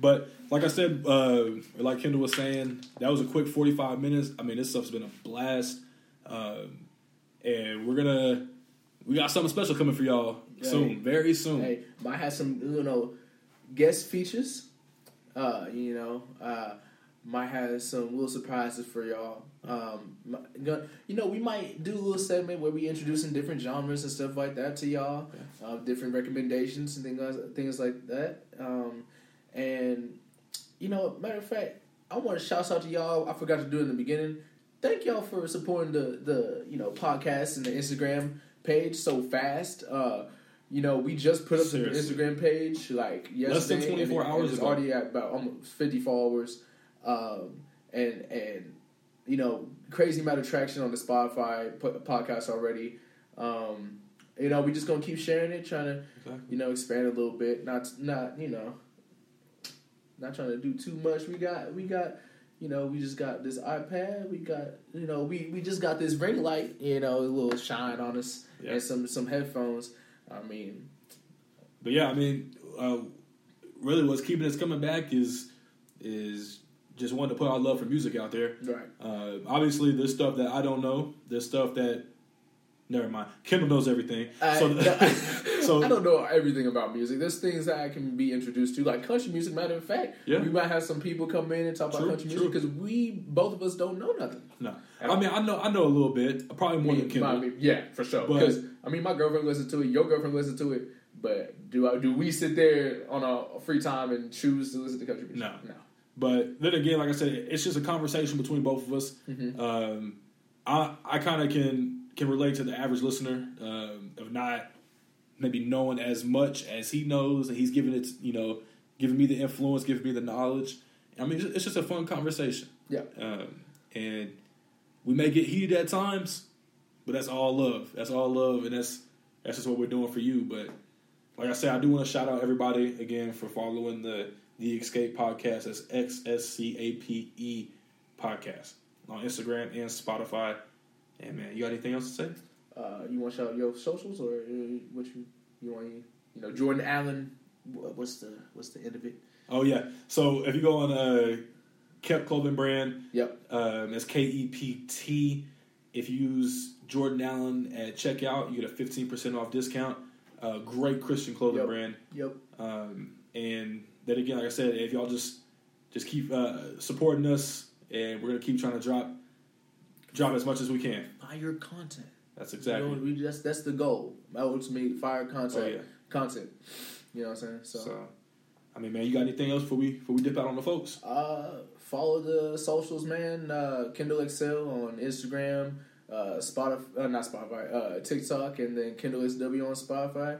But like I said, uh, like Kendall was saying, that was a quick 45 minutes. I mean, this stuff's been a blast, um, and we're gonna we got something special coming for y'all
Hey.
soon, very soon.
hey, might have some you know guest features. Uh, you know, uh, might have some little surprises for y'all. Um, my- go- you know, we might do a little segment where we introducing different genres and stuff like that to y'all, uh, different recommendations and things things like that. Um, and you know, matter of fact, I want to shout out to y'all. I forgot to do it in the beginning. Thank y'all for supporting the the you know podcast and the Instagram page so fast. Uh, you know, we just put up
Seriously.
the Instagram page like yesterday.
Less than
and
24
it- and
hours
it's
ago.
already at about almost fifty followers, um, and and you know, crazy amount of traction on the Spotify po- podcast already. Um, you know, we just gonna keep sharing it, trying to you know expand a little bit. Not not you know, not trying to do too much. We got we got you know we just got this iPad. We got you know we we just got this ring light. You know, a little shine on us
Yeah.
and some some headphones. I mean,
But yeah, I mean, uh, really, what's keeping us coming back is is just wanting to put our love for music out there.
right?
Uh, obviously, there's stuff that I don't know. There's stuff that never mind. Kendall knows everything.
I,
so, so
I don't know everything about music. There's things that I can be introduced to, like country music. Matter of fact,
Yeah.
we might have some people come in and talk
True,
about country
true.
music because we both of us don't know nothing.
no. I mean, I know I know a little bit. Probably more than
Me- my-
Kendall.
me- yeah, for sure.
But-
Because I mean, my girlfriend listens to it. Your girlfriend listens to it. But do I? Do we sit there on our free time and choose to listen to country music?
No. But then again, like I said, it's just a conversation between both of us. Um, I I kind of can can relate to the average listener um, of not maybe knowing as much as he knows, and he's giving it you know giving me the influence, giving me the knowledge. I mean, it's just- it's just a fun conversation.
Yeah.
Um, and we may get heated at times, but that's all love. That's all love, and that's that's just what we're doing for you. But like I said, I do want to shout out everybody again for following the the Escape podcast. That's X S C A P E podcast on Instagram and Spotify. And man, you got anything else to say?
Uh, you want to shout out your socials or uh, what you you want? You, you know, Jordan Allen. wh- What's the what's the end of it?
Oh yeah. So if you go on uh, Kept Clothing Brand,
Yep.
Um, it's K E P T. If you use Jordan Allen at checkout, you get a fifteen percent off discount. Uh, great Christian clothing
Yep.
brand.
Yep.
Um, and then again, like I said, if y'all just just keep uh, supporting us, and we're gonna keep trying to drop drop as much as we can.
Buy your content.
That's
You know,
exactly.
we, that's that's the goal. That was me. Fire content.
Oh, yeah.
Content. You know what I'm saying? So,
So, I mean, man, you got anything else before we before we dip out on the folks?
uh, follow the socials, man. Uh, Kindle Excel on Instagram, uh, Spotify, uh, not Spotify, uh, TikTok, and then Kindle SW on Spotify.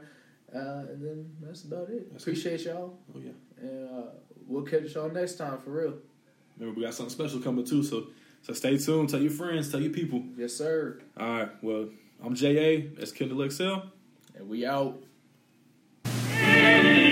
Uh, and then that's about it.
That's
Appreciate y'all,
Oh yeah.
and uh, we'll catch y'all next time for real.
Remember, we got something special coming too. So, so stay tuned. Tell your friends. Tell your people.
Yes, sir.
All right. Well, I'm J A. That's Kendall XL.
And we out.
Thank